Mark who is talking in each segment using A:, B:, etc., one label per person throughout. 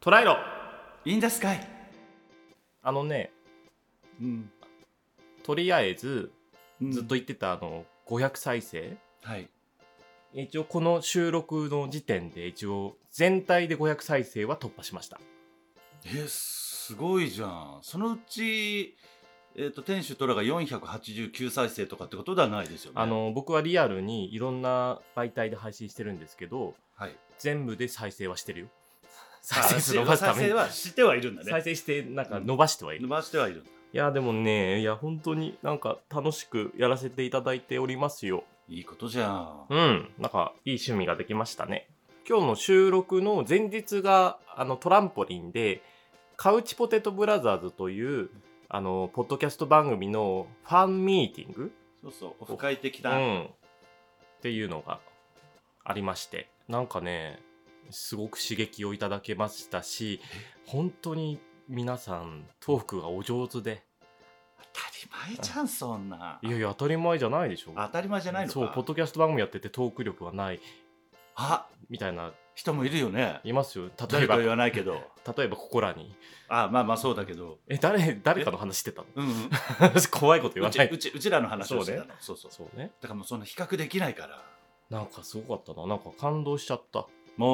A: トライロ
B: インザスカイ
A: あのね
B: うん
A: とりあえず
B: うん
A: ずっと言ってたあの500再生
B: はい
A: 一応この収録の時点で一応全体で500再生は突破しました
B: えーすごいじゃんそのうちえっ、と天守虎が489再生とかってことではないですよね
A: あの僕はリアルにいろんな媒体で配信してるんですけど
B: はい
A: 全部で再生はしてるよ 再
B: 再
A: 生数
B: 生
A: 伸ば
B: は
A: すた
B: 再
A: めに
B: 生はしてはいるんだ
A: 再
B: ね
A: 生してなんか伸ばしてはいる、
B: 伸
A: い
B: ばしてはいるんだ
A: やでもねいや本当になんか楽しくやらせていただいておりますよ
B: いいことじゃん
A: うんなんかいい趣味ができましたね今日の収録の前日があのトランポリンでカウチポテトブラザーズというあのポッドキャスト番組のファンミーティング
B: そうそうオフ会的
A: う
B: な、
A: ん、っていうのがありましてなんかねすごく刺激をいただけましたし本当に皆さんトークがお上手で
B: 当たり前じゃんそんない
A: やいや当たり前じゃないでしょ
B: 当たり前じゃないのか
A: そうポッドキャスト番組やっててトーク力がない
B: あ
A: みたいな
B: 人もいるよね
A: いますよ例え
B: 誰と
A: ば
B: は言わないけど
A: 例えばここらに
B: あまあまあそうだけど
A: え誰誰かの話してたの
B: うん、うん、
A: 怖いこと言わ
B: うち
A: ないう
B: ちうちらの話をしてたのそう,、そう
A: そうね
B: だからもうその比較できないから
A: なんかすごかったななんか感動しちゃった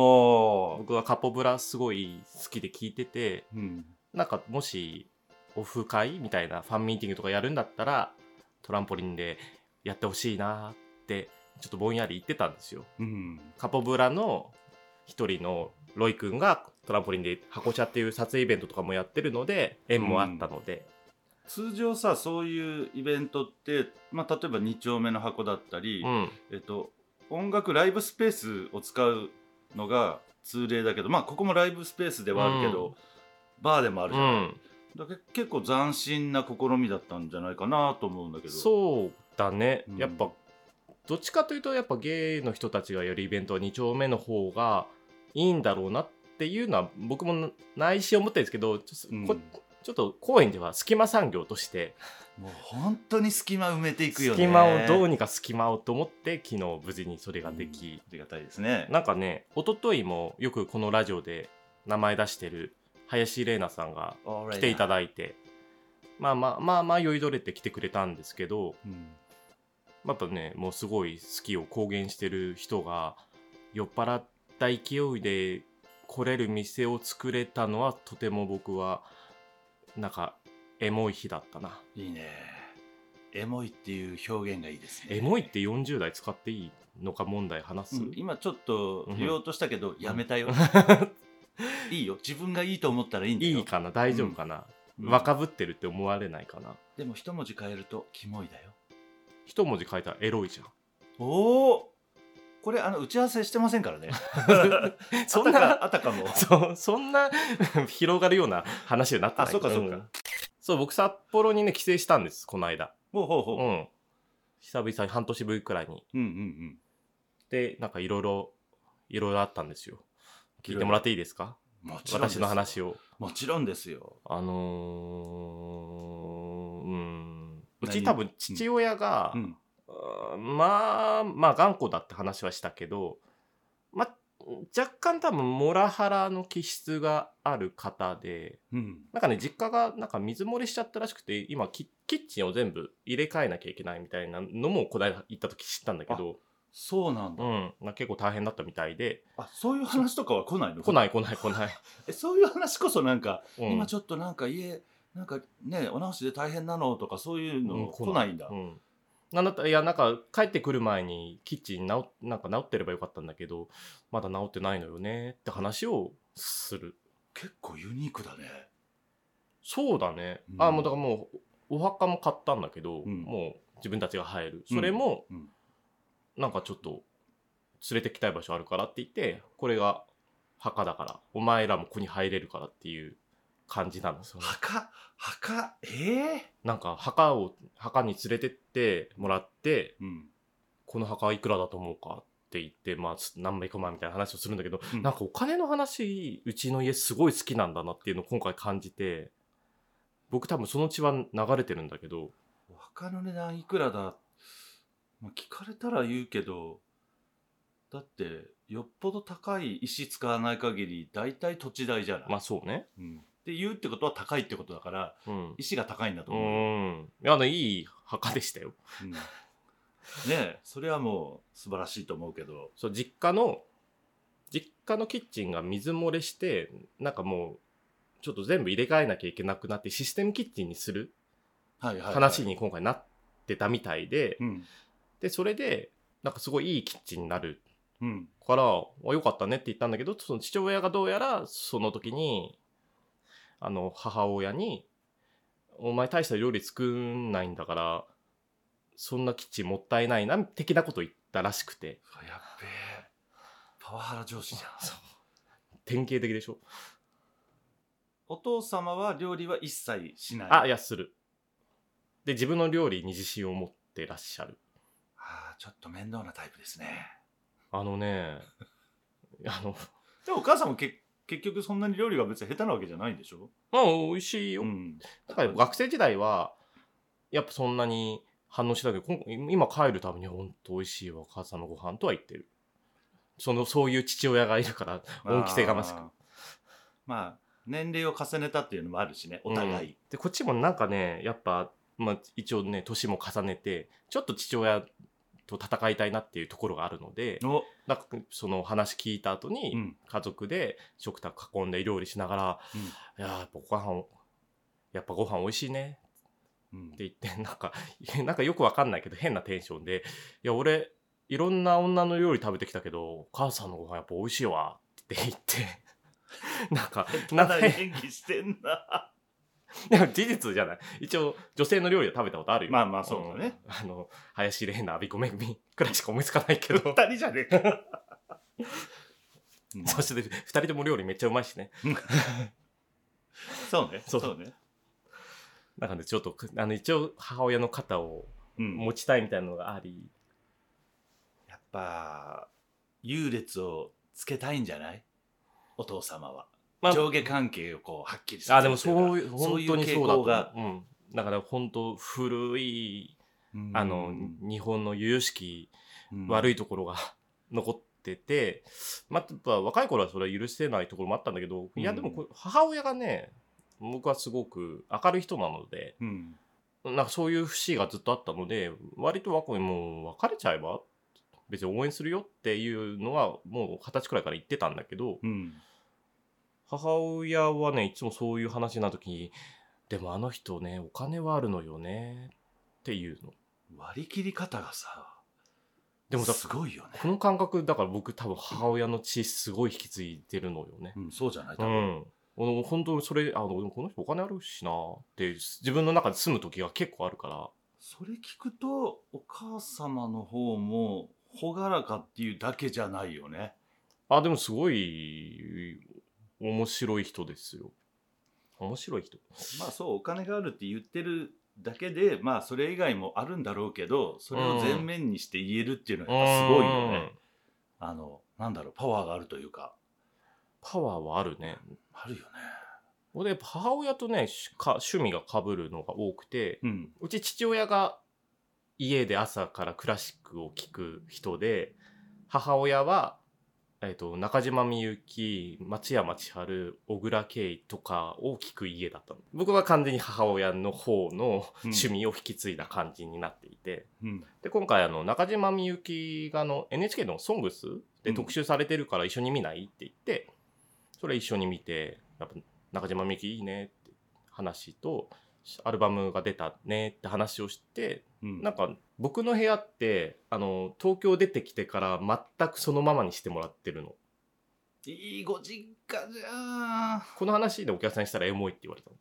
B: も
A: 僕はカポブラすごい好きで聞いてて
B: う、うん、
A: なんかもしオフ会みたいなファンミーティングとかやるんだったらトランポリンでやってほしいなってちょっとぼんやり言ってたんですよ。
B: うん、
A: カポブラの一人のロイ君がトランポリンで箱車っていう撮影イベントとかもやってるので縁もあったので、
B: 通常さそういうイベントって、まあ、例えば2丁目の箱だったり、
A: うん
B: えっと、音楽ライブスペースを使うのが通例だけどまあここもライブスペースではあるけど、
A: う
B: バーでもある
A: う
B: じゃん、
A: ん、
B: だけ結構斬新な試みだったんじゃないかなと思うんだけど
A: そうだね、
B: うん
A: やっぱどっちかというとやっぱ芸の人たちがやるイベントは2丁目の方がいいんだろうなっていうのは僕も内心思ってるんですけどちょ,、
B: うん
A: こちょっと高円寺は隙間産業として
B: もう本当に隙間埋めていくよね
A: 隙間をどうにか隙間をと思って昨日無事にそれができ
B: あ、りがたいですね
A: なんかね一昨日もよくこのラジオで名前出してる林玲奈さんが来ていた
B: だ、
A: だいてまあまあまあまあ酔いどれて来てくれたんですけど
B: うん
A: やっぱねもうすごい好きを公言してる人が酔っ払った勢いで来れる店を作れたのはとても僕はなんかエモい日だったない
B: いねエモいっていう表現がいいですね
A: エモいって40代使っていいのか問題話す、
B: うん今ちょっと言おうとしたけど、やめ たよいいよ自分がいいと思ったらいいんだよ
A: いいかな大丈夫かな、
B: うん
A: 若ぶってるって思われないかな
B: でも一文字変えるとキモいだよ
A: 一文字書いたらエロい じゃん
B: おおこれあの打ち合わせしてませんからね
A: そんな
B: あたかあたかも
A: そそんな 広がるような話になってない
B: あそうかそうか
A: んそう僕札幌にね帰省したんですこの間
B: ほうほう
A: う
B: ほ
A: ん久々に半年ぶりくらいに
B: ううんうんうん
A: でなんかいろいろいろいろあったんですよ聞いてもらっていいですか
B: もちろんです
A: 私の話
B: を
A: を
B: もちろんですよ
A: あのー、うんう
B: 何
A: ち多分父親が、
B: うん
A: あーまあまあ頑固だって話はしたけどまあ若干多分モラハラの気質がある方で
B: うん
A: なんかね実家がなんか水漏れしちゃったらしくて今キキッチンを全部入れ替えなきゃいけないみたいなのもこの間行った時知ったんだけど
B: そうなんだ、
A: うん、なんか結構大変だったみたいで
B: あそういう話とかは来ないの
A: 来ない来ない来 ない、
B: えそういう話こそなんか、
A: うん、
B: 今ちょっとなんか家なんかねお直しで大変なのとかそういう
A: う
B: の
A: ん
B: 来ないんだ、
A: うん、なんだったらいやなんか帰ってくる前にキッチン直っなんか直ってればよかったんだけどまだ直ってないのよねって話をする
B: 結構ユニークだね
A: そうだね、
B: うん
A: あもうだからもうおお墓も買ったんだけど、
B: うん
A: もう自分たちが入る
B: うん
A: それも、
B: うん
A: なんかちょっと連れてきたい場所あるからって言ってこれが墓だからお前らもここに入れるからっていう感じなのその
B: 墓墓え
A: なんか墓を墓に連れてってもらって
B: えうん
A: この墓いくらだと思うかって言って、まあ、す何百万みたいな話をするんだけど、
B: うん
A: なんかお金の話、うちの家すごい好きなんだなっていうのを今回感じて、僕多分その血は流れてるんだけど、
B: お墓の値段いくらだ、まあ、聞かれたら言うけどだってよっぽど高い石使わない限り大体土地代じゃない、
A: まあそうね
B: うん、って言うってことは高いってことだから
A: うん
B: 石が高いんだと
A: う
B: 思う、
A: んいやあのいい墓でしたよ
B: うんねえそれはもう素晴らしいと思うけど
A: そう実家の実家のキッチンが水漏れしてなんかもうちょっと全部入れ替えなきゃいけなくなってシステムキッチンにする
B: はいはいはい
A: 話に今回なってたみたいで、
B: うん
A: でそれでなんかすごいいいキッチンになる
B: うん
A: から「あよかったね」って言ったんだけどその父親がどうやらその時にあの母親に「お前大した料理作んないんだからそんなキッチンもったいないな」的なこと言ったらしくて
B: うわやっべえパワハラ上司じゃん
A: 典型的でしょ
B: お父様は料理は一切しない
A: あいやするで自分の料理に自信を持ってらっしゃる
B: あーちょっと面倒なタイプですね
A: あのねあの
B: でもお母さんもけ結局そんなに料理が別に下手なわけじゃないんでしょ
A: まあ美味しいよ、
B: うん
A: だから学生時代はやっぱそんなに反応しないけどこん今帰るために本当美味しいお母さんのご飯とは言ってるそのそういう父親がいるから恩着せがましく
B: あーまあ年齢を重ねたっていうのもあるしねお互い、
A: でこっちもなんかねやっぱ、まあ、一応ね年も重ねてちょっと父親と戦いたいなっていうところがあるので
B: お
A: なんかその話聞いた後に、
B: うん
A: 家族で食卓囲んで料理しながら「いやーやっぱご飯をやっぱご飯美味しいね」
B: うん
A: って言ってなんか なんかよくわかんないけど変なテンションで「いや俺いろんな女の料理食べてきたけどお母さんのご飯やっぱ美味しいわ」って言って なんかな
B: た
A: んか
B: だ演技してんな
A: でも事実じゃない一応女性の料理は食べたことあるよ
B: まあまあそうだね、
A: うんあの林玲奈阿ビ子めぐみくらいしか思いつかない けど
B: 二人じゃねえか、 うん
A: そして2人とも料理めっちゃうまいしね
B: そうね
A: そう
B: そうね、
A: なのでちょっとあの一応母親の肩を
B: うん、
A: 持ちたいみたいなのがあり、
B: やっぱ優劣をつけたいんじゃないお父様は、
A: ま
B: 上下関係をこうはっきりさせる
A: あでもそういう
B: そう
A: 本
B: いう
A: 当にそうだと
B: 傾向が
A: 思ううん、だから本当古い
B: うん
A: あの、日本の由々しき悪
B: い、
A: いところが 残ってて、まあ、やっぱ若い頃はそれは許せないところもあったんだけど、いや
B: うん
A: でもこれ母親がね僕はすごく明るい人なので
B: うん
A: なんかそういう節がずっとあったので割と若いもう別れちゃえば別に応援するよっていうのはもう二十歳くらいから言ってたんだけど、
B: うん、
A: 母親はねいつもそういう話になる時に「でもあの人ねお金はあるのよね」っていうの
B: 割り切り方がさ
A: でもだ
B: すごいよね、
A: この感覚だから僕多分母親の血すごい引き継いでるのよね
B: うん、そうじゃない多
A: う
B: 分
A: ん俺本当にそれあのこの人お金あるしなって自分の中で住む時が結構あるから
B: それ聞くとお母様の方も朗らかっていうだけじゃないよね
A: あでもすごい面白い人ですよ面白い人
B: まあそうお金があるって言ってるだけでまあそれ以外もあるんだろうけどそれを前面にして言えるっていうのはやっぱすごいよね、
A: うん
B: あのなんだろうパワーがあるというか
A: パワーはあるね
B: あるよね
A: 俺やっぱ母親とねしか趣味が被るのが多くて、
B: うん
A: うち父親が家で朝からクラシックを聴く人で母親は、えっと中島みゆき松山千春小倉慶とかを聴く家だったの僕は完全に母親の方の趣味を引き継いだ感じになっていて、
B: うん
A: で今回あの中島みゆきがあの NHK の「ソングス
B: う
A: で
B: ん
A: 特集されてるから一緒に見ないって言ってそれ一緒に見てやっぱ中島みゆきいいねって話とアルバムが出たねって話をして
B: うん
A: なんか僕の部屋ってあの東京出てきてから全くそのままにしてもらってるの
B: いいご実家じゃん
A: この話でお客さんにしたらエモいって言われたの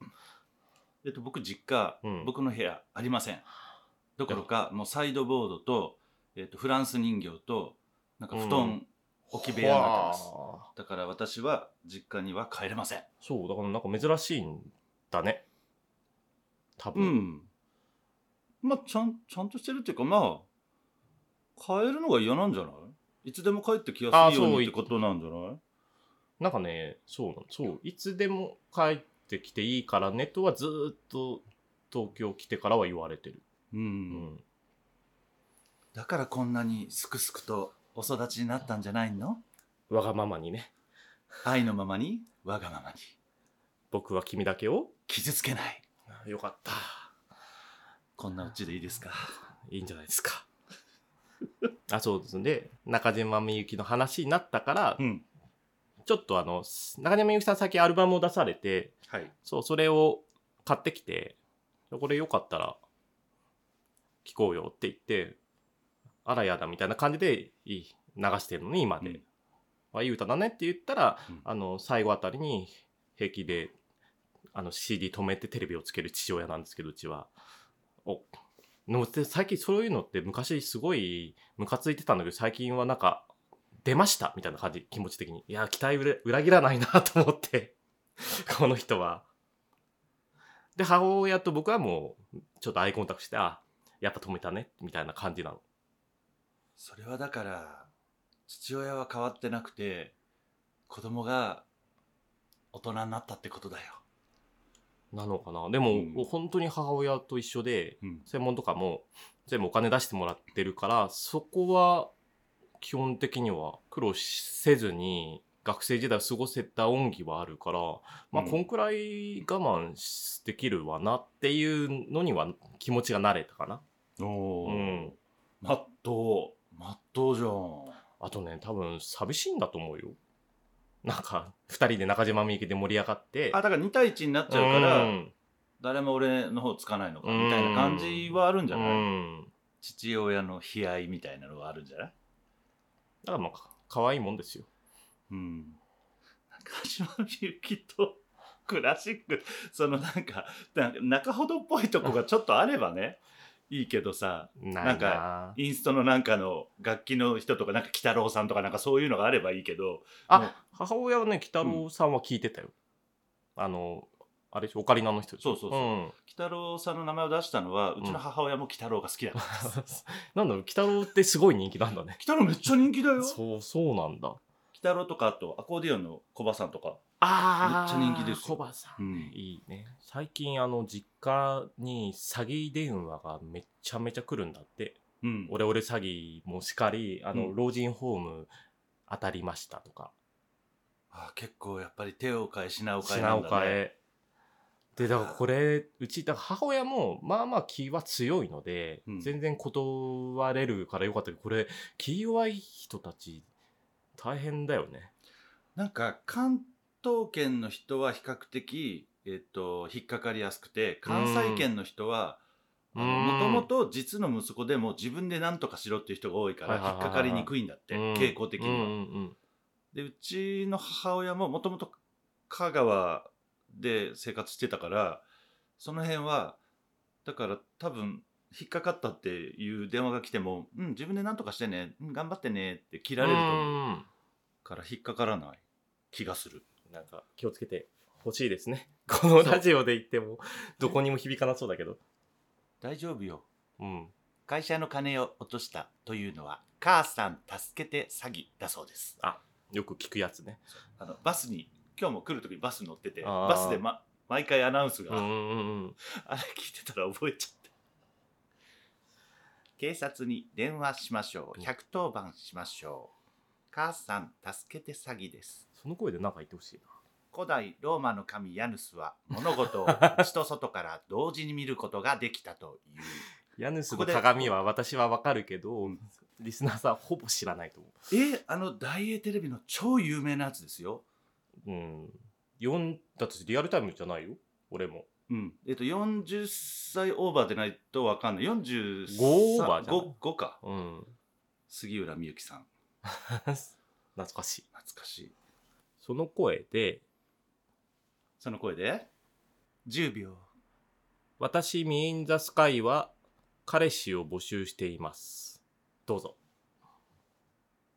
B: えっと僕実家、
A: うん
B: 僕の部屋ありませんどころかもうサイドボードと、えっと、フランス人形となんか布
A: う
B: 団
A: ん
B: 置き部屋になってます、
A: はあ
B: だから私は実家には帰れません
A: そうだからなんか珍しいんだね多
B: う
A: 分、
B: んまあちゃんちゃんとしてるっていうかまあ帰るのが嫌なんじゃないいつでも帰ってきやすいよう
A: あそう
B: にってことなんじゃない
A: なんかね、そうなの。そう。いつでも帰ってきていいからねとはずーっと東京来てからは言われてる。
B: うん、
A: うん。
B: だからこんなにすくすくとお育ちになったんじゃないの
A: わがままにね
B: 愛のままにわがままに
A: 僕は君だけを
B: 傷つけない
A: あよかった
B: こんなうちでいいですか
A: いいんじゃないです かあそうですで中島みゆきの話になったから、
B: うん
A: ちょっとあの中島みゆきさん先アルバムを出されて
B: はい
A: そうそれを買ってきてこれよかったら聴こうよって言ってあらやだみたいな感じでいい流してるのに今で、
B: うん
A: あいい歌だねって言ったら、
B: うん
A: あの最後あたりに平気であの CD 止めてテレビをつける父親なんですけどうちは。おでもで最近そういうのって昔すごいムカついてたんだけど最近はなんか出ましたみたいな感じ気持ち的にいや期待裏裏切らないなと思って この人は。で母親と僕はもうちょっとアイコンタクトしてあやっぱ止めたねみたいな感じなの。
B: それはだから父親は変わってなくて子供が大人になったってことだよ、
A: なのかなでも、
B: うん
A: 本当に母親と一緒で
B: うん、
A: 専門とかも全部お金出してもらってるからそこは基本的には苦労せずに学生時代を過ごせた恩義はあるからまあ
B: うん
A: こんくらい我慢しできるわなっていうのには気持ちが慣れたかな。
B: お
A: う
B: お、
A: ん、
B: まっとうまっとうじゃん
A: あとね多分寂しいんだと思うよ。なんか2人で中島みゆきで盛り上がって
B: あだから2対1になっちゃうから、
A: うん
B: 誰も俺の方つかないのか
A: うん
B: みたいな感じはあるんじゃない、
A: うん
B: 父親の悲哀みたいなのはあるんじゃない
A: だからまあ可愛いもんですよ。
B: うん中島みゆきとクラシックそのなんかなんか中ほどっぽいとこがちょっとあればねいいけどさ
A: ない
B: な
A: なん
B: インストのなんかの楽器の人とかなんか鬼太郎さんとかなんかそういうのがあればいいけどもう
A: あ母親はね鬼太郎さんは聞いてたよ、あのあれでしょオカリナの人でしょ
B: そうそうそう
A: うん、
B: 鬼太郎さんの名前を出したのはうちの母親も鬼太郎が好きだから、鬼
A: なんだろう鬼太郎ってすごい人気なんだ ね
B: 太郎めっちゃ人気だよ鬼
A: そうそうなんだ
B: 太郎とかあとアコーディオンのコバさんとか、
A: あ
B: ーめっちゃ人気ですよ
A: コバさん
B: ん
A: いいね最近あの実家に詐欺電話がめちゃめちゃ来るんだって
B: うん、
A: オレオレ詐欺もしかりあの、
B: うん
A: 老人ホーム当たりましたとか
B: あ結構やっぱり手を変え品を変え
A: 品
B: なん
A: を
B: だ
A: 変
B: ね
A: えでだからこれうちだから母親もまあまあ気は強いので、
B: うん
A: 全然断れるからよかったけどこれ気弱い人たち大変だよね
B: なんか関東圏の人は比較的、えっと引っかかりやすくて関西圏の人はもともと実の息子でも自分で何とかしろっていう人が多いから
A: はい
B: 引
A: はいはい
B: っかかりにくいんだって、
A: うん
B: 傾向的には。
A: うんうん
B: でうちの母親ももともと香川で生活してたからその辺はだから多分引っかかったっていう電話が来ても「うん自分で何とかしてね、うん、頑張ってね」って切
A: う
B: られると思うんから引っかからない気がする。
A: なんか気をつけてほしいです ねこのラジオで言ってもどこにも響かなそうだけど
B: 大丈夫よ
A: うん
B: 会社の金を落としたというのは母さん助けて詐欺だそうです
A: よく聞くやつね
B: あのバスに今日も来る時にバス乗ってて
A: あー
B: バスで、ま、毎回アナウンス
A: う
B: が、
A: んうんうん
B: あれ聞いてたら覚えちゃって警察に電話しましょう110番しましょう母さん助けて詐欺です
A: その声で何か言ってほしい
B: 古代ローマの神ヤヌスは物事を内と外から同時に見ることができたという
A: な家主
B: ここ
A: の
B: で
A: 鏡は私はわかるけどリスナーさんほぼ知らないと思う
B: えあの大英テレビの超有名なやつですよ
A: うん。4だってリアルタイムじゃないよ。俺も。
B: うんえっと、40歳オーバーでないとわかんない45
A: 5オーバーじゃない
B: 5, 5か
A: うん。
B: 杉浦美幸さん
A: 懐かしい。
B: 懐かしい
A: その声で、
B: その声で10秒
A: 私、ミインザスカイは彼氏を募集しています。どうぞ。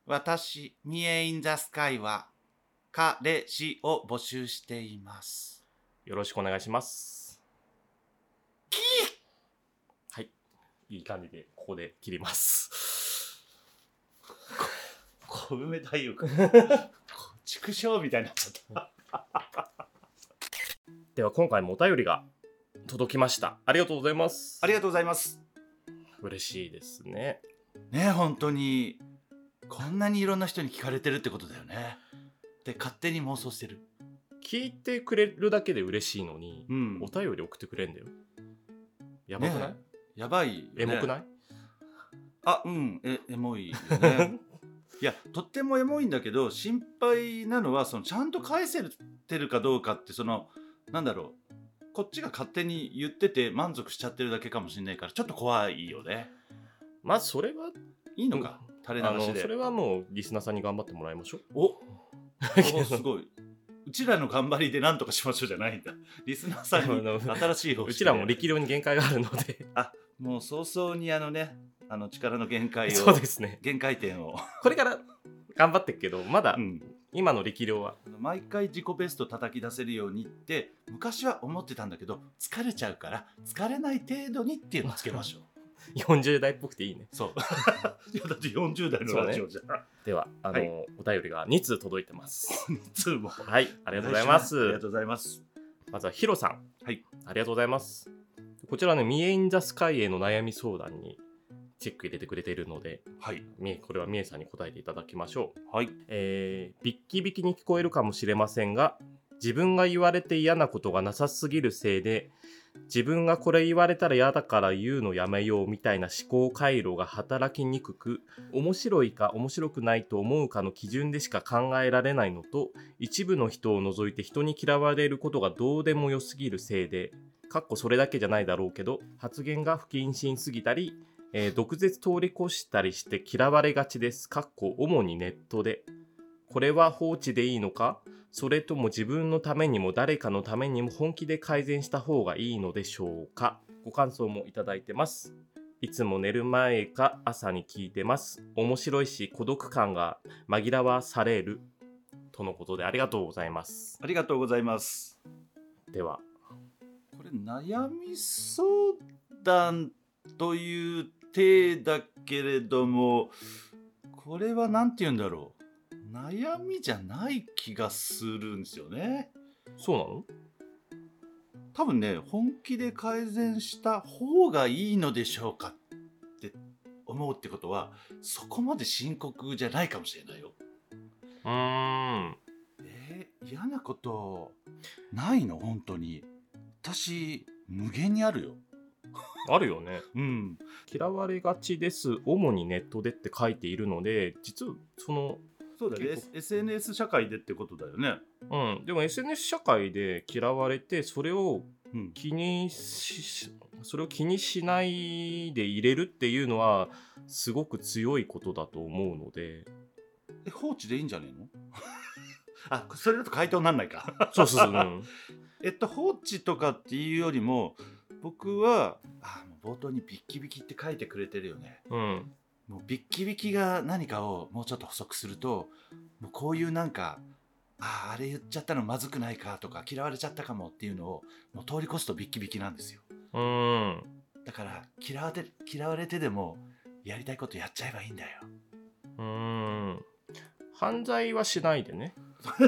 B: 私ミエインザスカイは彼氏を募集しています
A: よろしくお願いします。はい。いい感じで、ここで切ります。
B: 小梅太 夫か畜生みたいになっちゃった
A: では、今回もお便りが届きました。ありがとうございます。
B: ありがとうございます
A: 嬉しいですね。
B: ねえ本当にこんなにいろんな人に聞かれてるってことだよねで勝手に妄想してる
A: 聞いてくれるだけで嬉しいのに、
B: うん
A: お便り送ってくれんだよやばくない、
B: ねやばいよね
A: エモくない、
B: あうんえエモいよ ねいやとってもエモいんだけど心配なのはそのちゃんと返せてるかどうかってそのなんだろうこっちが勝手に言ってて満足しちゃってるだけかもしれないからちょっと怖いよね
A: まあそれはい
B: いのか、垂
A: あ
B: れ流し
A: の
B: で
A: それはもうリスナーさんに頑張ってもらいましょう
B: お おすごいうちらの頑張りでなんとかしましょうじゃないんだリスナーさん に新しい方
A: うちらも力量に限界があるので
B: もう早々にあのねあの力の限界
A: そ
B: を
A: うですね
B: 限界点を、
A: これから頑張ってっけどまだ
B: うん
A: 今の力量は
B: 毎回自己ベスト叩き出せるようにって昔は思ってたんだけど疲れちゃうから疲れない程度にっていうのをつけましょう
A: 40代っぽくていい ね
B: そう いやだって40代のラジオじゃん、
A: ではあの、
B: はい
A: お便りが2通届いてます
B: いつもあ
A: はいありがとうございます
B: ありがとうございます
A: まずはヒロさん。
B: はい。
A: ありがとうございます。こちらね、ミエインザスカイへの悩み相談にチェック入れてくれているので、
B: はい
A: みえこれはミエさんに答えていただきましょう。
B: はい
A: えー、ビッキビキに聞こえるかもしれませんが、自分が言われて嫌なことがなさすぎるせいで、自分がこれ言われたら嫌だから言うのやめようみたいな思考回路が働きにくく、面白いか面白くないと思うかの基準でしか考えられないのと、一部の人を除いて人に嫌われることがどうでもよすぎるせいで、かっこそれだけじゃないだろうけど、発言が不謹慎すぎたり、えー毒舌通り越したりして嫌われがちです。かっこ主にネットで。これは放置でいいのかそれとも自分のためにも誰かのためにも本気で改善した方がいいのでしょうかご感想もいただいてます。いつも寝る前か朝に聞いてます。面白いし孤独感が紛らわされる。とのことでありがとうございます。
B: ありがとうございます
A: では、
B: これ悩み相談という体だけれどもこれは何て言うんだろう悩みじゃない気がするんですよね
A: そうなの
B: 多分ね本気で改善した方がいいのでしょうかって思うってことはそこまで深刻じゃないかもしれないよ。
A: うーん。
B: えー嫌なことないの本当に私無限にあるよ。
A: あるよね。
B: うん、
A: 嫌われがちです。主にネットでって書いているので、実はその
B: そうだね
A: 結
B: SNS 社会でってことだよね。
A: うん、でも SNS 社会で嫌われてそれを
B: うん、
A: 気にしそれを気にしないで入れるっていうのはすごく強いことだと思うので
B: え放置でいいんじゃねえの あそれだと回答になんないか
A: そうそうそう、うん、
B: えっと放置とかっていうよりも僕はあもう冒頭に「ビッキビキ」って書いてくれてるよね
A: うん、
B: もうビッキビキが何かをもうちょっと補足するともうこういうなんかあああれ言っちゃったのまずくないかとか嫌われちゃったかもっていうのをもう通り越すとビッキビキなんですよ
A: うん、
B: だから嫌われ嫌われてでもやりたいことやっちゃえばいいんだよ
A: うん、犯罪はしないでね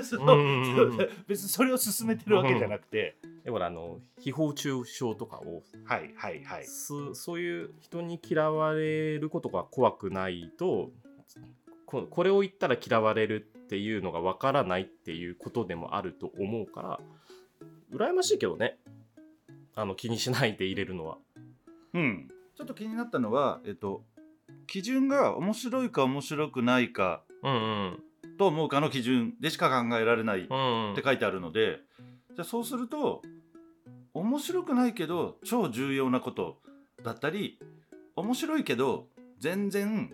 B: そう
A: うんうんうん
B: そう 別にそれを進めてるわけじゃなくて、
A: でもあの誹謗中傷とかを
B: はいはいはい
A: すそういう人に嫌われることが怖くないとここれを言ったら嫌われるっていうのがわからないっていうことでもあると思うから羨ましいけどねあの気にしないで入れるのは
B: うん、ちょっと気になったのは、えっと、基準が面白いか面白くないか
A: うんうん
B: と思うかの基準でしか考えられないっ
A: うんうん
B: て書いてあるので、じゃあそうすると面白くないけど超重要なことだったり面白いけど全然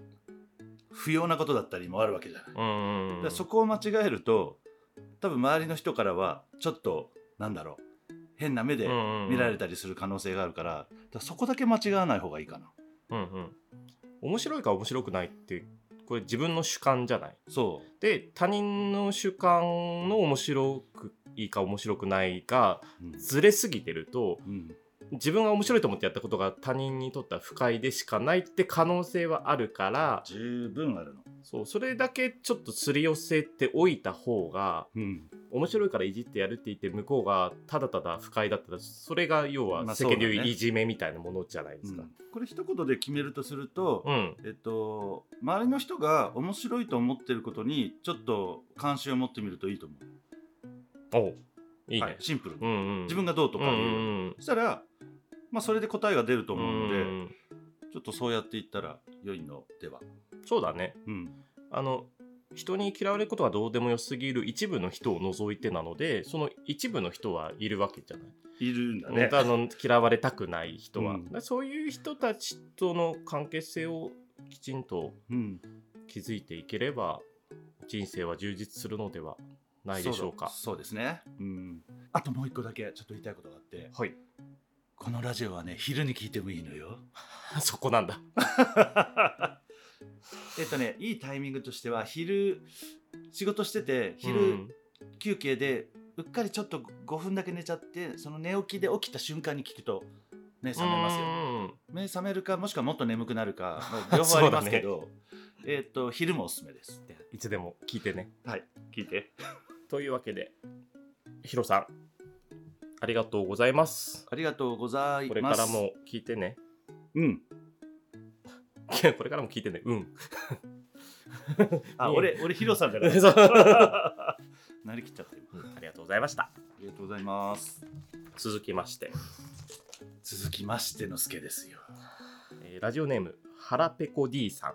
B: 不要なことだったりもあるわけじゃない。
A: うんうん
B: だからそこを間違えると多分周りの人からはちょっとなんだろう変な目で見られたりする可能性があるからだからそこだけ間違わない方がいいかな。
A: うんうん面白いか面白くないってこれ自分の主観じゃない
B: そう
A: で他人の主観の面白くいいか面白くないが
B: う
A: ずれすぎてると
B: ん、
A: 自分が面白いと思ってやったことが他人にとっては不快でしかないって可能性はあるから
B: 十分あるの。
A: そうそれだけちょっとすり寄せておいた方が
B: うん、
A: 面白いからいじってやるって言って向こうがただただ不快だったらそれが要は
B: まあ
A: 世間で
B: そうだ
A: いう
B: ね
A: いじめみたいなものじゃないで
B: う
A: すか。
B: んこれ一言で決めるとすると、
A: うん、
B: えっと、周りの人が面白いと思ってることにちょっと関心を持ってみるといいと思う。
A: おういいね、
B: はい、シンプルに、
A: うんうん、
B: 自分がどうとかいう、
A: うんうん
B: そしたら、まあ、それで答えが出ると
A: うん
B: 思うので、
A: うん
B: ちょっとそうやっていったら良いのでは。
A: そうだね
B: うん、
A: あの人に嫌われることはどうでもよすぎる一部の人を除いてなのでその一部の人はいるわけじゃない。
B: いるんだ
A: 本
B: ね
A: 当。あの嫌われたくない人は、
B: うん
A: だからそういう人たちとの関係性をきちんと
B: うん、
A: 築いていければ人生は充実するのではないでしょうか。
B: そうだそうですね、うん。あともう一個だけちょっと言いたいことがあって、
A: はい、
B: このラジオはね、昼に聞いてもいいのよ。
A: そこなんだ。
B: えっとね、いいタイミングとしては、昼、仕事してて、昼、
A: うん
B: 休憩でうっかりちょっと5分だけ寝ちゃってその寝起きで起きた瞬間に聞くと目覚めますよ
A: うん
B: 目覚めるかもしくはもっと眠くなる かまあ両方ありますけど、えーっと昼もおすすめです
A: いつでも聞いてね。
B: はい聞いて
A: というわけでヒロさんありがとうございます。
B: ありがとうございます
A: これからも聞いてね。
B: うん
A: いやこれからも聞いてね。うん。
B: あ
A: いい
B: 俺俺ヒロさんじゃな い
A: そう
B: なりきっちゃってる
A: うんありがとうございました。
B: ありがとうございます
A: 続きまして、
B: 続きましてのすけですよあ
A: えーラジオネーム腹ペコ D さん、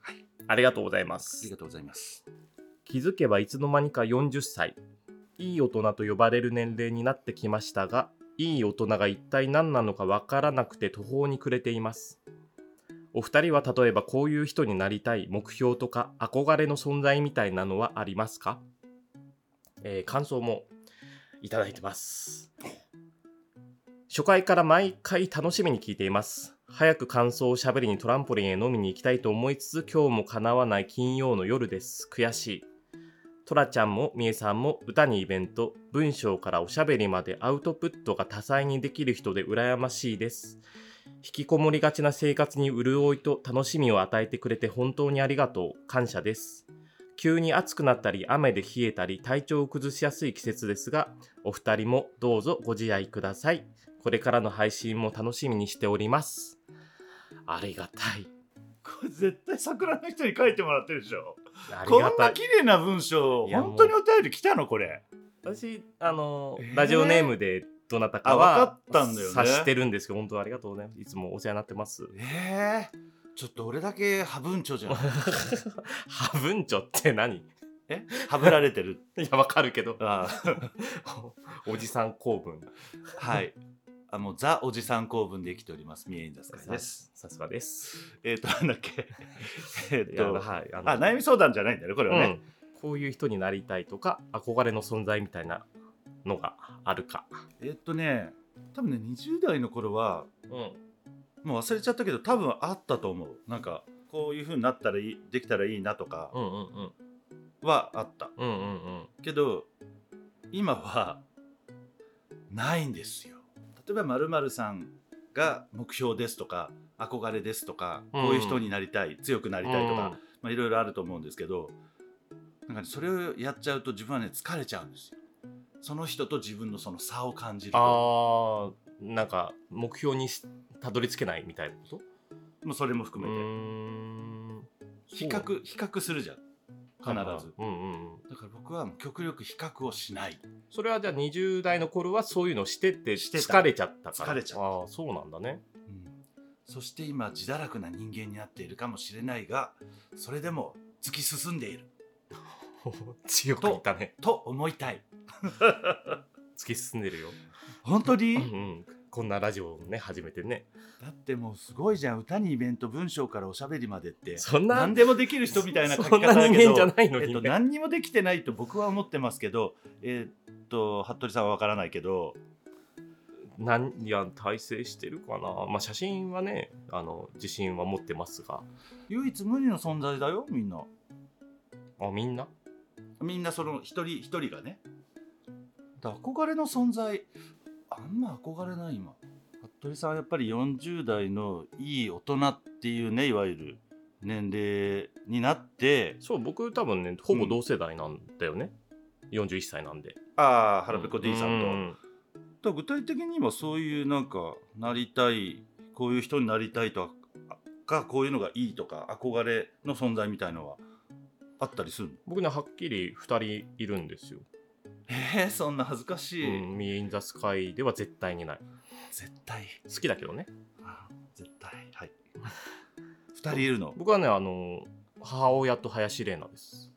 B: はい
A: ありがとうございます
B: りがとうございます
A: 気づけばいつの間にか40歳いい大人と呼ばれる年齢になってきましたがいい大人が一体何なのかわからなくて途方に暮れていますお二人は例えばこういう人になりたい目標とか憧れの存在みたいなのはありますか、えー感想もいただいてます初回から毎回楽しみに聞いています早く感想をしゃべりにトランポリンへ飲みに行きたいと思いつつ今日も叶わない金曜の夜です悔しいトラちゃんもみえさんも歌にイベント文章からおしゃべりまでアウトプットが多彩にできる人で羨ましいです引きこもりがちな生活に潤いと楽しみを与えてくれて本当にありがとう感謝です急に暑くなったり雨で冷えたり体調を崩しやすい季節ですがお二人もどうぞご自愛くださいこれからの配信も楽しみにしておりますありがたい
B: これ絶対桜の人に書いてもらってるでしょ
A: あり
B: こん
A: がた
B: ない綺麗な文章
A: いやもう
B: 本当にお便り来たのこれ
A: 私あの、
B: えー
A: ラジオネームでどなたか
B: あわ
A: は
B: かったんだよね
A: 察してるんですけど本当ありがとうございますいつもお世話になってます
B: ええちょっと俺だけハブンチョじゃん
A: ハブンチョって何い
B: えハブられてる
A: やわかるけど
B: あ
A: おじさん公文
B: あ はいあもうザおじさん公文で生きております三重田さんで
A: さ
B: す
A: さすがです
B: えっ、となんだっ けえっ
A: いや
B: と
A: はいあの
B: あ悩み相談じゃないんだねこれは
A: う
B: ね、
A: んこういう人になりたいとか憧れの存在みたいなのがあるか
B: えっ、とね多分ね20代の頃は
A: うん
B: もう忘れちゃったけど多分あったと思うなんかこういう風になったらいいできたらいいなとか
A: うんうんうん
B: はあった
A: うんうんうん
B: けど今はないんですよ例えば〇〇さんが目標ですとか憧れですとか、
A: うん
B: こういう人になりたい強くなりたい
A: う
B: とか、
A: ん
B: まあ、いろいろあると思うんですけどなんか、ね、それをやっちゃうと自分はね疲れちゃうんですよその人と自分のその差を感じると
A: あーなんか目標にしたどり着けないみたいなこと
B: もうそれも含
A: う
B: めて
A: ーん
B: 比較比較するじゃん必ず
A: うんうんうん、
B: だから僕はもう極力比較をしない
A: それはじゃあ20代の頃はそういうのしてって
B: してた
A: 疲れちゃったから
B: 疲れちゃった
A: ああそうなんだ ね
B: そして今自堕落な人間になっているかもしれないがそれでも突き進んでいる
A: 強くいったね
B: と思いたい
A: 突き進んでるよ、
B: 本当
A: うんう
B: に
A: ん、こんなラジオをね始めてね
B: だってもうすごいじゃん歌にイベント文章からおしゃべりまでって
A: そんな
B: 何でもできる人みたいな書き
A: そん
B: 方
A: な
B: だ
A: 人
B: け
A: 間じゃ
B: ど、
A: ないの
B: えっ
A: に、
B: と、
A: ね
B: 何にもできてないと僕は思ってますけどえっと服部さんは分からないけど
A: なんいや大成してるかなまあ写真はねあの自信は持ってますが
B: 唯一無二の存在だよみんな
A: あみんな
B: みんなその一人一人がねだから憧れの存在あんま憧れない今服部さんはやっぱり40代のいい大人っていうねいわゆる年齢になって
A: そう僕多分ねほぼ同世代なんだよね、 41歳なんで
B: ああ腹ペコ D さんと、
A: う
B: だから具体的に今そういうなんかなりたいこういう人になりたいとかこういうのがいいとか憧れの存在みたいのはあったりするの
A: 僕ねはっきり2人いるんですよ、
B: えー、そんな恥ずかしい、
A: うん、ミーインザスカイでは絶対にない
B: 絶対
A: 好きだけどね
B: あ絶対はい 二人いるの
A: 僕はねあの母親と林玲奈です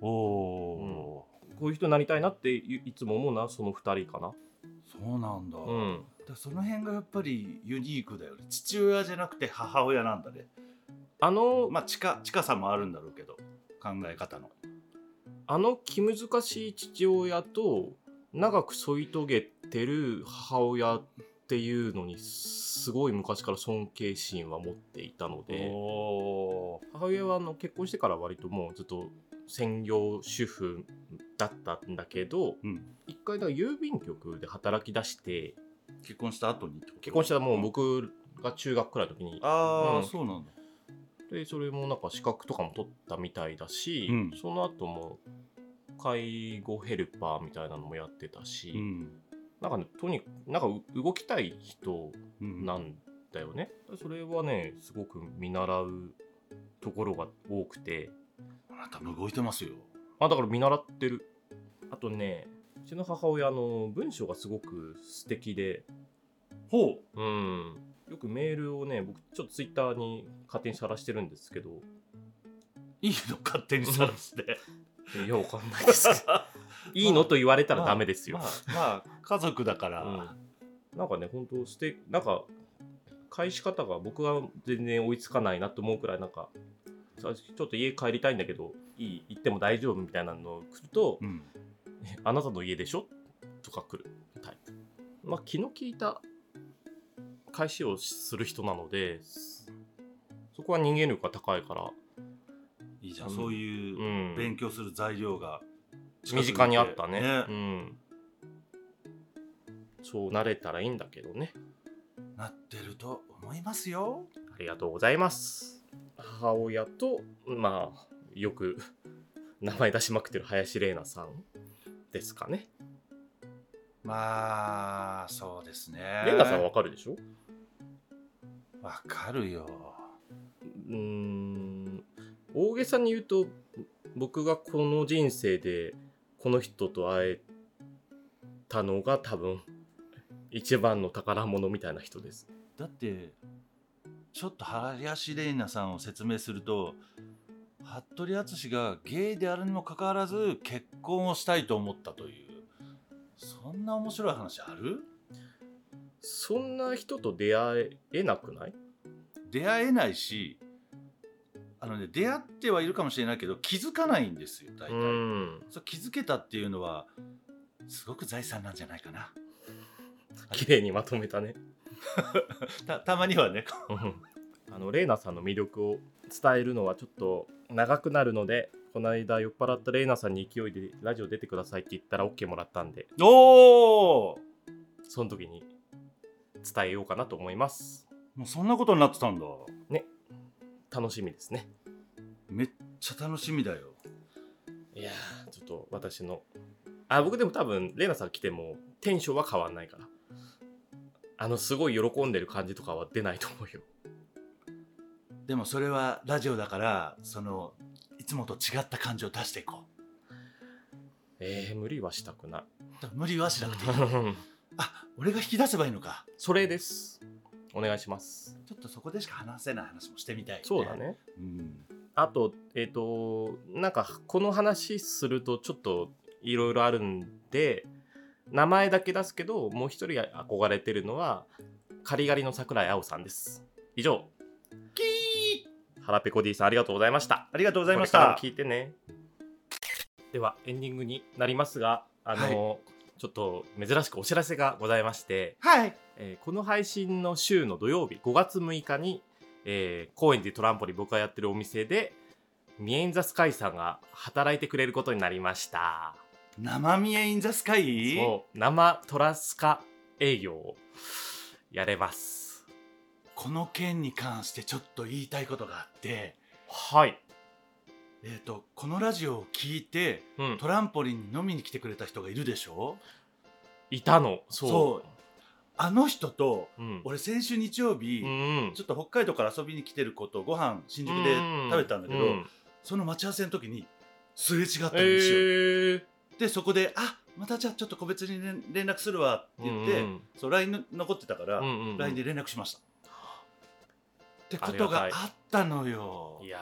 B: おお
A: こういう人になりたいなっていいつも思うなその2人かな
B: ー、そうなんだ,、
A: う
B: だか
A: ん
B: らその辺がやっぱりユニークだよね父親じゃなくて母親なんだね
A: あの、
B: まあ近近さもあるんだろうけど考え方の
A: あの気難しい父親と長く添い遂げてる母親っていうのにすごい昔から尊敬心は持っていたので
B: おー
A: 母親はあの結婚してから割ともうずっと専業主婦だったんだけど
B: うん、
A: 一回だから郵便局で働き出して
B: 結婚した後にってこと
A: 結婚したらもう僕が中学くらいの時に
B: ああ、
A: うん
B: そうなんだ
A: でそれもなんか資格とかも取ったみたいだし、
B: うん
A: その後も介護ヘルパーみたいなのもやってたし、
B: ん、
A: なんかねとになんかう動きたい人
B: うん
A: なんだよね、それはねすごく見習うところが多くて
B: あなたも動いてますよ
A: あだから見習ってるあとねうちの母親の文章がすごく素敵で
B: ほう
A: うんよくメールをね僕ちょっとツイッターに勝手にさらしてるんですけど
B: いいの勝手にさらして
A: いやわかんないですけど いいのと言われたらダメですよ、
B: まあまあ家族だから、
A: うん、なんかね本当ステなんか返し方が僕は全然追いつかないなと思うくらいなんかさちょっと家帰りたいんだけどいい行っても大丈夫みたいなのを来ると
B: うん
A: え「あなたの家でしょ?」とか来るタイプまあ気の利いた返しをする人なのでそこは人間力が高いから、
B: いいじゃん、
A: うん
B: そう
A: う、
B: いうん勉強する材料が近く
A: 身
B: て
A: 近にあったね
B: ね
A: うん、そうなれたらいいんだけどね
B: なってると思いますよ
A: ありがとうございます。母親と、まあ、よく 名前出しまくってる林玲奈さんですかね。
B: まあそうですね
A: 玲奈さんわかるでしょう
B: わかるよ
A: ーん、大げさに言うと、僕がこの人生でこの人と会えたのが多分、一番の宝物みたいな人です。
B: だってちょっと林玲奈さんを説明すると服部淳がゲイであるにもかかわらず結婚をしたいと思ったというそんな面白い話ある
A: そんな人と出会えなくない
B: 出会えないしあのね出会ってはいるかもしれないけど気づかないんですよ大体、
A: うん。
B: そう気づけたっていうのはすごく財産なんじゃないかな
A: 綺麗にまとめたね。
B: たたまにはね
A: あのレイナさんの魅力を伝えるのはちょっと長くなるのでこの間酔っ払ったレイナさんに勢いでラジオ出てくださいって言ったら OK もらったんで
B: おお
A: その時に伝えようかなと思います
B: もうそんなことになってたんだ
A: 楽しみですね
B: めっちゃ楽しみだよ
A: いやーちょっと私のあ僕でも多分レイナさん来てもテンションは変わんないからあのすごい喜んでる感じとかは出ないと思うよ
B: でもそれはラジオだからそのいつもと違った感じを出していこう
A: えー、無理はしたくない
B: だから無理はしな くていいあ俺が引き出せばいいのか
A: それですお願いします
B: ちょっとそこでしか話せない話もしてみたい、
A: そうだね
B: うん
A: あと、えっ、と、なんか、この話するとちょっといろいろあるんで、名前だけ出すけど、もう一人憧れてるのは、カリガリの桜井青さんです。以上、
B: キー
A: 腹ペコ D さんありがとうございました。
B: ありがとうご
A: ご
B: ざいまし
A: から
B: た
A: も聞いてね。では、エンディングになりますが、あの、ちょっと珍しくお知らせがございまして、
B: はい
A: えーこの配信の週の土曜日5月6日に、えー、高円寺トランポリン僕がやってるお店でミエンザスカイさんが働いてくれることになりました、
B: 生見えインザスカイ
A: そう生トラスカ営業をやれます
B: この件に関してちょっと言いたいことがあって
A: はい
B: えっ、とこのラジオを聞いて
A: うん
B: トランポリンに飲みに来てくれた人がいるでしょ
A: いたのそう
B: そあの人と
A: うん、
B: 俺先週日曜日、
A: うん、
B: ちょっと北海道から遊びに来てる子とご飯新宿で食べたんだけど、
A: うう
B: その待ち合わせの時にすれ違ったん
A: え
B: ですよ、
A: ー、
B: でそこで「あまたじゃあちょっと個別に連連絡するわ」って言って、
A: うん
B: そう LINE の残ってたから、
A: うんうんうん
B: LINE で連絡しました。ってこ
A: ありが
B: と
A: た
B: が
A: い
B: あったのよ
A: い。や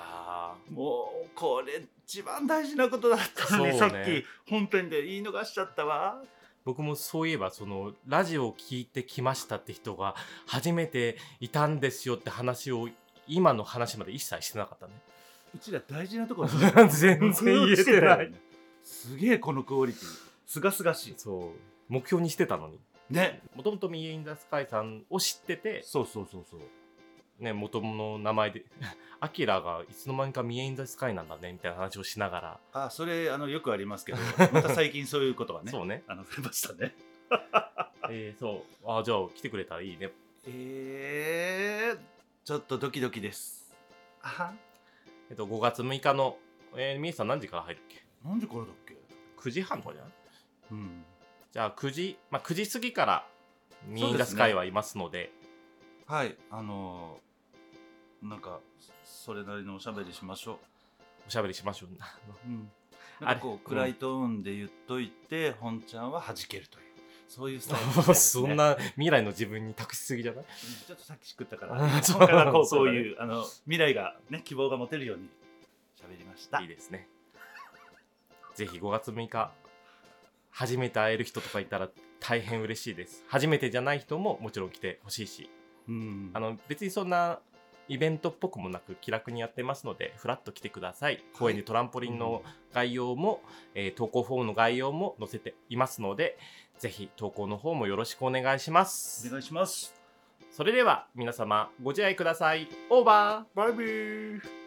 A: ー
B: もうこれ一番大事なことだったのに、
A: そ
B: さ
A: う
B: っ
A: ね
B: き本編で言い逃しちゃったわ。
A: 僕もそういえばそのラジオを聞いてきましたって人が初めていたんですよって話を今の話まで一切してなか ったね
B: うちら大事なところ
A: 全然言えてない
B: すげえこのクオリティすがすがしい
A: そう目標にしてたのに
B: ね
A: もともとミエインダスカイさんを知ってて
B: そうそうそうそう
A: ね元の名前で 「アキラがいつの間にかミエインダスカイなんだね」みたいな話をしながら、
B: あそれあのよくあり ますけどまた最近そういうことがね
A: そうね
B: あの増えましたね
A: えー、そうあじゃあ来てくれたらいいね
B: えー、ちょっとドキドキですあは
A: えっと5月6日のえー、ミエさん何時から入るっけ
B: 何時からだっけ
A: 9時半とかじゃない
B: うん
A: じゃあ9時、まあ、9時過ぎからミエインダスカイはいますので
B: はいあのーなんかそれなりのおしゃべりしましょ
A: おしゃべりしましょう。あの
B: う、うん、なんか
A: あ
B: こ
A: れ
B: う暗いトーンで言っといて、本ちゃんは弾けるというそういうスタイ ル、
A: そんな未来の自分に託しすぎじゃない
B: ちょっとさっきしくったか
A: あ
B: ら、
A: ー
B: 今回はこう
A: そう
B: そう
A: だね
B: いうあの未来がね希望が持てるように喋りまし た。
A: いいですね。ぜひ5月6日、初めて会える人とかいたら大変嬉しいです。初めてじゃない人ももちろん来てほしいし、
B: うん、
A: あの別にそんなイベントっぽくもなく気楽にやってますので、ふらっと来てください。公園にトランポリンの概要も、えー投稿フォームの概要も載せていますので、ぜひ投稿の方もよろしくお願いします。
B: お願いします。
A: それでは皆様ご自愛ください。オーバー
B: バイビー。